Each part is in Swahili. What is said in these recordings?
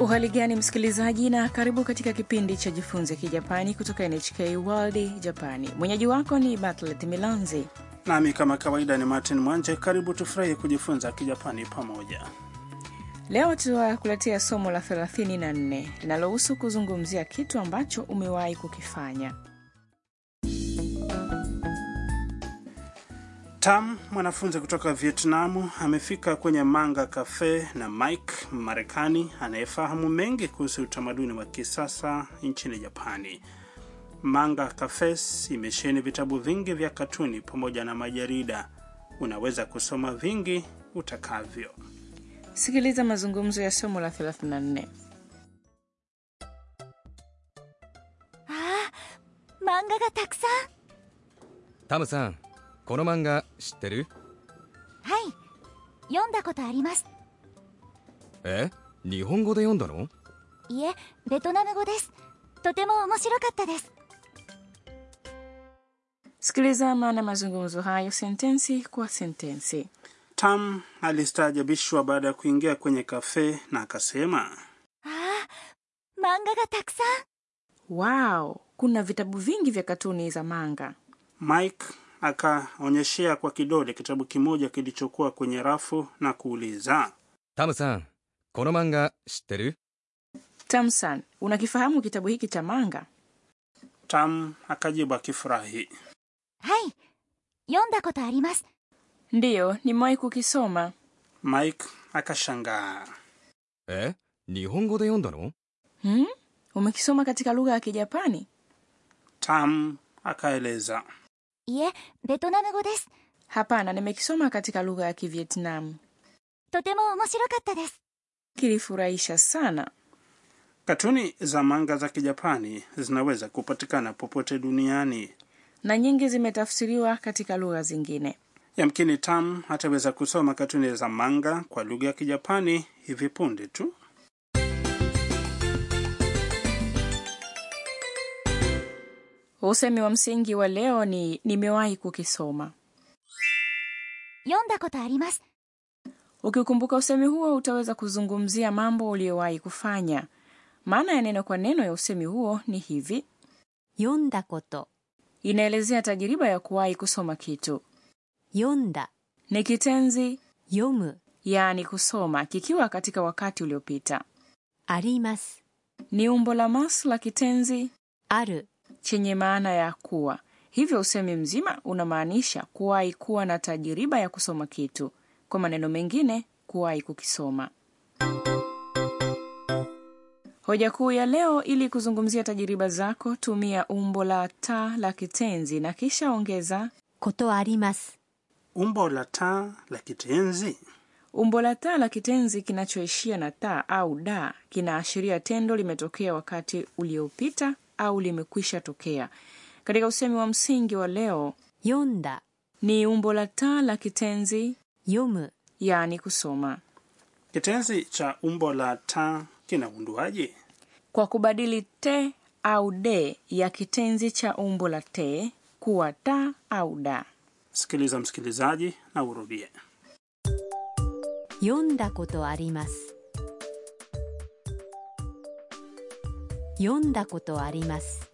Uhali gani msikilizaji, na karibu katika kipindi cha Jifunze Kijapani kutoka NHK World Japani. Mwenyeji wako ni Bartlet Milanzi nami kama kawaida ni Martin Mwanje. Karibu tufurahi kujifunza Kijapani pamoja. Leo tunakuletea somo la 34 linalohusu kuzungumzia kitu ambacho umewahi kukifanya. Tam, mwanafunzi kutoka Vietnamu, amefika kwenye Manga Cafe na Mike, Marekani, anayefahamu mengi kuhusu utamaduni wa kisasa nchini Japani. Manga Cafes imesheheni vitabu vingi vya katuni pamoja na majarida. Unaweza kusoma vingi utakavyo. Sikiliza mazungumzo ya somo la 34. ああ漫画がたくさんタムさんこの漫画知ってるはい読んだことありますえ日本語で読んだのいえベトナム語ですとても面白かったです Sikiliza maana mazungumzo hayo sentensi kwa sentensi. Tam alistaajabishwa baada ya kuingia kwenye kafe na akasema, ああ漫画がたくさん Wow, kuna vitabu vingi vya katuni za manga. Mike akaonyeshea kwa kidole kitabu kimoja kilichokuwa kwenye rafu na kuuliza. タムさんこの漫画知ってる Tamsan, unakifahamu kitabu hiki cha manga? Tam akajibu akifurahi. はい読んだことあります Ndiyo, nimewahi kukisoma. Mike akashangaa. え日本語で読んだの Hmm? Umekisoma katika lugha ya Kijapani? Tam akaeleza. いえベトナム語です Hapana, nimekisoma katika lugha ya Kivietnam. とても面白かったです Kilifurahisha sana. Katuni za manga za Kijapani zinaweza kupatikana popote duniani. Na nyingi zimetafsiriwa katika lugha zingine. Yamkini Tam ataweza kusoma katuni za manga kwa lugha ya Kijapani hivi punde tu. Usemi wa msingi wa leo ni nimewahi kukisoma. 読んだことあります Ukikumbuka usemi huo utaweza kuzungumzia mambo uliyowahi kufanya. Maana ya neno kwa neno ya usemi huo ni hivi: 読んだこと inaelezea tajiriba ya kuwahi kusoma kitu. 読んだ Ni kitenzi 読む yaani kusoma kikiwa katika wakati uliopita. あります Ni umbo la mas la kitenzi ある chenye maana ya kuwa. Hivyo usemi mzima unamaanisha kuwahi kuwa na tajiriba ya kusoma kitu. Kwa maneno mengine, kuwahi kukisoma. Hoja kuu ya leo, ili kuzungumzia tajiriba zako, tumia umbo la ta la kitenzi na kisha ongeza ことあります Umbo la ta la kitenzi umbo la ta la kitenzi kinachoishia na ta au da kinaashiria tendo limetokea wakati uliopita au limekwisha tokea. Katika usemi wa msingi wa leo, 読んだ ni umbo la ta la kitenzi 読む yaani kusoma. Kitenzi cha umbo la ta kinaundwaje? Kwa kubadili te au de ya kitenzi cha umbo la te kuwa ta au da. Sikiliza msikilizaji na urudie. 読んだことあります読んだことあります。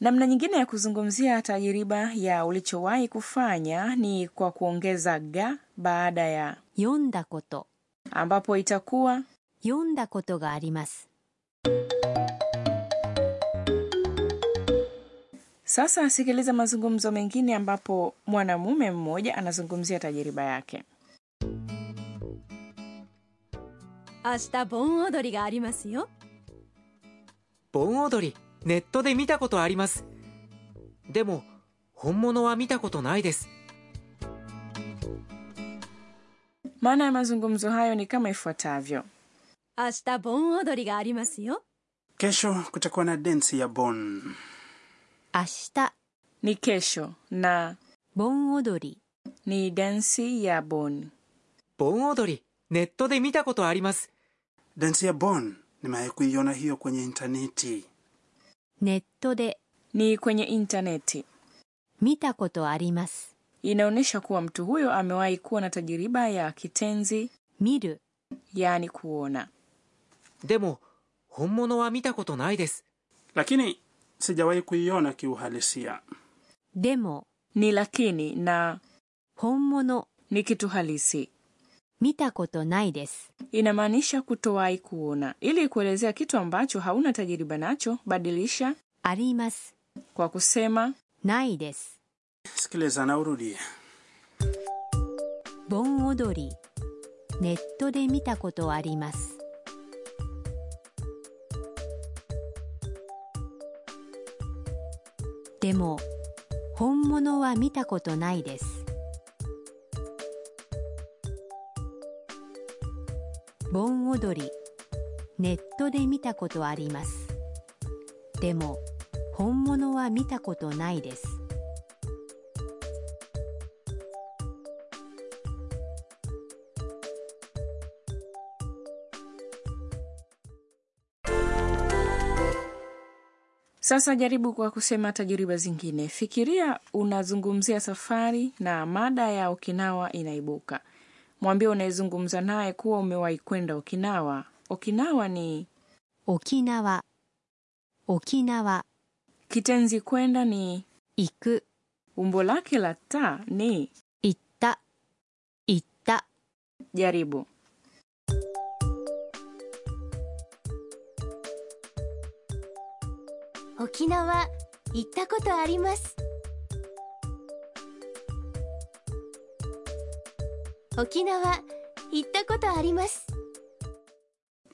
Namna nyingine ya kuzungumzia tajiriba ya ulichowahi kufanya ni kwa kuongeza ga baada ya 読んだこと、 ambapo itakuwa 読んだことがあります。 Sasa sikiliza mazungumzo mengine ambapo mwanamume mmoja anazungumzia tajiriba yake. 明日盆踊りがありますよ盆踊りネットで見たことありますでも本物は見たことないです Maana ya mazungumzo hayo ni kama ifuatavyo: 明日盆踊りがありますよ Kesho kutakuwa na densi ya Bon. 明日、 ni kesho na 盆踊り、 ni dansi ya Bon. 盆踊りネットで見たことあります Densi ya Bon nimewahi kuiona hiyo kwenye intaneti. ネットで ni kwenye intaneti. 見たことあります。 Inaonyesha kuwa mtu huyo amewahi kuwa na tajiriba ya kitenzi 見る、 yaani kuona. でも本物は見たことないです。 lakini sijawahi kuiona kiuhalisia. でも Ni lakini na 本物 ni kitu halisi, 見たことないです。 inamaanisha kutowahi kuona. Ili kuelezea kitu ambacho hauna tajiriba nacho, badilisha あります。 kwa kusema ないです。 Sikiliza na urudie. 盆踊りネットで見たことあります。でも本物は見たことないです。盆踊りネットで見たことあります。でも本物は見たことないです。 Sasa jaribu kwa kusema tajiriba zingine. Fikiria unazungumzia safari na mada ya Okinawa inaibuka. Mwambie unayezungumza naye kuwa umewahi kwenda Okinawa. Okinawa ni 沖縄沖縄 kitenzi kwenda ni 行く umbo lake la ta ni 行った行った jaribu. 沖縄行ったことあります沖縄行ったことあります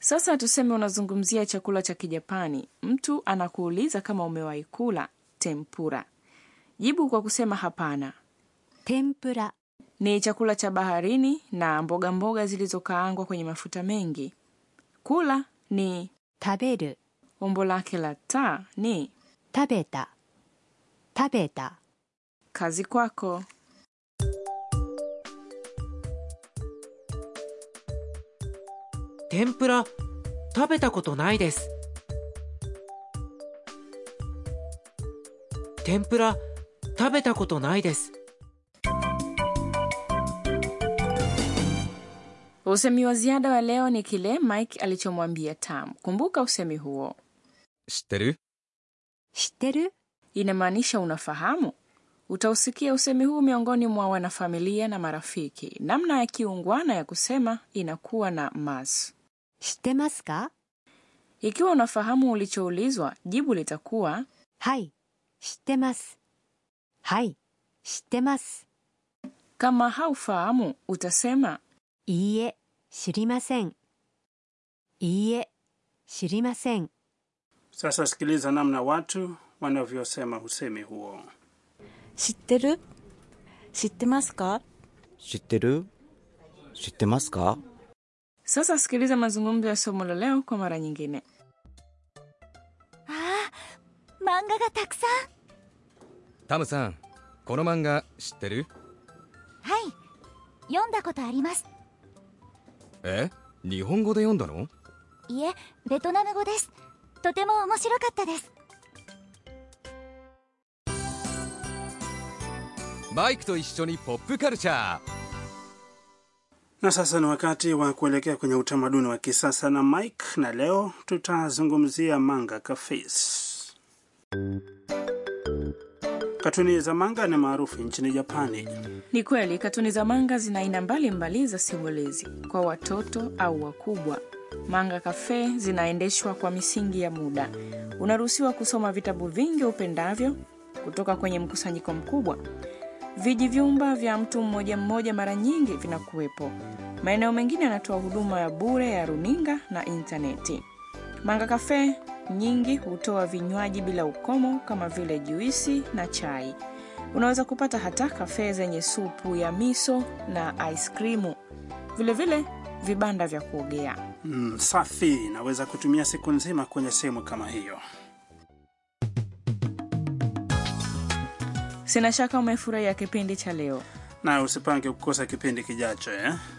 Sasa tuseme unazungumzia chakula cha Kijapani. Mtu anakuuliza kama umewahi kula tempura. Jibu kwa kusema hapana. 天ぷら ni chakula cha baharini na mboga mboga zilizokaangwa kwenye mafuta mengi. Kula ni 食べる umbo lake la ta ni 食べた食べた kazi kwako. 天ぷら食べたことないです。天ぷら食べたことないです。 Usemi wa ziada wa leo ni kile Mike alichomwambia Tam. Kumbuka usemi huo, 知ってる知ってる inamaanisha unafahamu. Utausikia usemi huu miongoni mwa wanafamilia na marafiki. Namna ya kiungwana ya kusema inakuwa na mas. 知ってますか Ikiwa unafahamu ulichoulizwa, jibu litakuwa はい知ってますはい知ってます。 kama haufahamu utasema いいえ知りませんいいえ知りません Sasa sikiliza namna watu wanavyosema usemi huo. 知ってる知ってますか知ってる知ってますか Sasa sikiliza mazungumzo ya somo la leo kwa mara nyingine. 漫画がたくさんタムさんこの漫画知ってるはい読んだことありますえ日本語で読んだのいえベトナム語ですとても面白かったですマイクと一緒にポップカルチャー Na sasa ni wakati wa kuelekea kwenye utamaduni wa kisasa na Mike, na leo tutazungumzia manga cafes. Katuni za manga ni maarufu nchini Japani. Ni kweli katuni za manga zina aina mbalimbali za simulizi kwa watoto au wakubwa. Manga kafe zinaendeshwa kwa misingi ya muda. Unaruhusiwa kusoma vitabu vingi upendavyo kutoka kwenye mkusanyiko mkubwa. Vijivyumba vya mtu mmoja mmoja mara nyingi vinakuwepo. Maeneo mengine yanatoa huduma ya bure ya runinga na intaneti. Manga kafe nyingi hutoa vinywaji bila ukomo kama vile juisi na chai. Unaweza kupata hata kafe zenye supu ya miso na aiskrimu, vilevile vibanda vya kuogea. Mm, safi, naweza kutumia siku nzima kwenye sehemu kama hiyo. Sina shaka umefurahia kipindi cha leo. Na usipange kukosa kipindi kijacho eh?